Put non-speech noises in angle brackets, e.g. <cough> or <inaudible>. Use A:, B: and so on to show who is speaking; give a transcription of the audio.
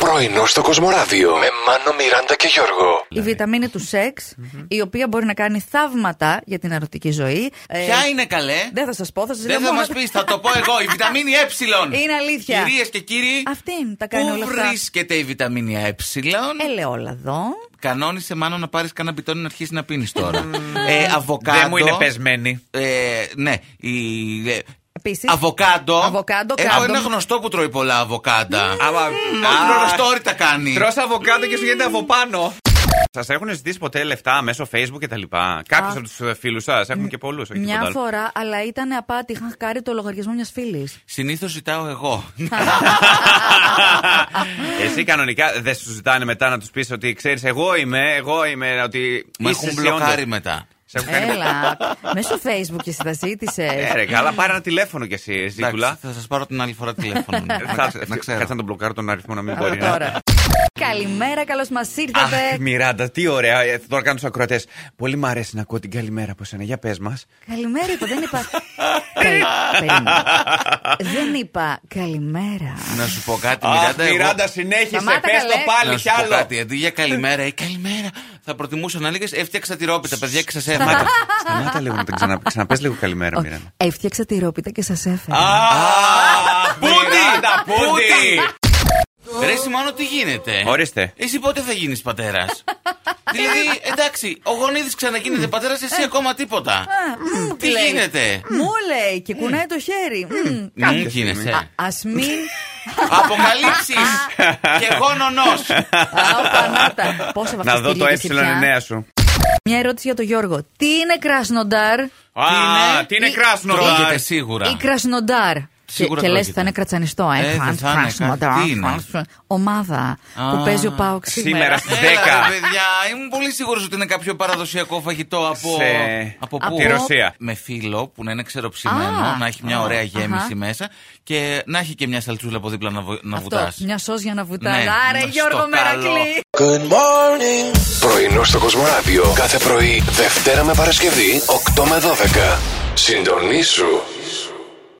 A: Πρωινό στο Κοσμοράδιο με Μάνο, Μιράντα και Γιώργο.
B: Η
C: Δηλαδή.
B: βιταμίνη του σεξ, η οποία μπορεί να κάνει θαύματα για την ερωτική ζωή. Ε,
D: Ποια είναι καλέ.
B: Δεν θα σας πω, θα σας λέω.
D: Δεν θα
B: μόνο
D: μας
B: τα-
D: πεις, θα το πω εγώ. Η βιταμίνη Ε.
B: Είναι αλήθεια.
D: Κυρίες και κύριοι,
B: Αυτήν τα κάνει όλα
D: πού
B: αυτά.
D: βρίσκεται η βιταμίνη Ε.
B: Ελαιόλαδο.
D: Κανόνισε μάλλον να πάρεις κανένα μπιτόνι να αρχίσεις να πίνεις τώρα. ε, αβοκάντο.
C: Δεν μου είναι πεσμένη.
D: Ε, ναι, η, ε,
B: Επίσης.
D: αβοκάντο.
B: Αβοκάντο,
D: Έχω
B: κράντο.
D: ένα γνωστό που τρώει πολλά αβοκάντα.
C: Αλλά-
D: Μόνο γνωστόρι τα κάνει.
C: Τρώ αβοκάντο και σου γίνεται από πάνω. Σας έχουν ζητήσει ποτέ λεφτά μέσω Facebook και τα λοιπά. Κάποιο από ε, του φίλους σας. Έχουμε και πολλούς.
B: Μια φορά, αλλά ήταν απάτη. Είχαν χάρη το λογαριασμό μιας φίλης.
D: Συνήθως ζητάω εγώ.
C: <laughs> Εσύ κανονικά δεν σου ζητάνε μετά να τους πεις ότι ξέρεις, εγώ είμαι, εγώ είμαι. Ότι
D: Μα
C: είσαι
D: έχουν
C: εσύ όντως».
D: μπλοκάρει μετά.
C: Σε έχουν κάνει.
B: Έλα. Μέσω Facebook εσύ τα
C: Ε,
B: ζήτησε.
C: ρε, καλά, πάρε ένα τηλέφωνο κι εσύ,
D: Εντάξει,
C: Ζήτουλα.
D: θα σας πάρω την άλλη φορά τηλέφωνο.
C: Ε,
D: Να-
C: <laughs> θα-
D: Να
C: Κάτσε να
D: ξέρω.
C: τον μπλοκάρω τον αριθμό να μην
B: Τώρα,
C: μπορεί να.
B: τώρα. Καλημέρα, καλώς μας
C: Αχ,
B: ήρθατε.
C: Μιράντα, τι ωραία. Ε, θα Τώρα κάνω τους ακροατές. Πολύ μου αρέσει να ακούω την καλημέρα από σένα. Για πες μας.
B: Καλημέρα είπα, δεν
C: <laughs>
B: είπα. Καλη- περίμενε. Δεν είπα καλημέρα.
D: Να σου πω κάτι, Μιράντα. εγώ-
C: συνέχισε.
B: Σταμάτα, πες το καλέ. πάλι
D: Να σου πω κάτι, αντί για καλημέρα ή καλημέρα, θα προτιμούσα να λέγες έφτιαξα τη ρόπιτα, παιδιά, και σας
C: <laughs>
D: έφαγα.
C: Σταμάτα λίγο να την ξανα... ξαναπες λίγο καλημέρα, Μιράντα.
B: Έφτιαξα τη ρόπιτα και σας έφερα.
C: Μιράντα, πούντι!
D: Ρε Σιμάνο, τι γίνεται.
C: Ορίστε.
D: Εσύ πότε θα γίνεις πατέρας. δηλαδή, εντάξει, ο Γονίδης ξαναγίνεται πατέρας, εσύ ακόμα τίποτα. τι
B: λέει.
D: γίνεται.
B: Μου λέει και κουνάει το χέρι. Μμμ.
D: Μην
C: στιγμή.
D: γίνεσαι.
B: Α ας μην.
D: <laughs> Αποκαλύψεις και γόνονο.
B: Απανάτα. Πόσα
C: Να δω το ε
B: βαφτιστήρια και πια.
C: νέα σου.
B: Μια ερώτηση για τον Γιώργο. Τι είναι κρασνοντάρ.
C: Α,
D: είναι?
C: τι είναι
B: Η-
C: κράσνο,
D: Τρώγεται σίγουρα.
B: Η κρασνοντάρ. Και,
D: Σίγουρα
B: και λε,
D: τρώγεται.
B: θα είναι κρατσανιστό, ε.
D: Ε, δεν
B: Φαν-
D: θα είναι,
B: Κρασνοντάρ,
D: κάτι είναι.
B: Φαν- Ομάδα που
D: Α,
B: παίζει ο Πάοξ
C: σήμερα
B: σήμερα. Ε,
C: στη-
D: Έλα,
C: Δέκα.
D: ρε, παιδιά, ήμουν πολύ σίγουρος ότι είναι κάποιο παραδοσιακό φαγητό από.
C: Σε-
D: Από
B: από
D: πού?
B: τη
C: Ρωσία.
D: Με φύλλο που να είναι ξεροψημένο,
B: Α,
D: να έχει μια
B: α,
D: ωραία γέμιση
B: αχα.
D: μέσα και να έχει και μια σαλτσούλα από δίπλα να, βου- να
B: Αυτό,
D: βουτάς.
B: μια σως για να βουτάς.
D: Ναι,
B: Άρε,
D: στο
B: Γιώργο
D: καλό.
B: Μερακλή.
A: Πρωινό στο Κοσμοράδιο κάθε πρωί, Δευτέρα με Παρασκευή, 8 με 12. Συντονίσου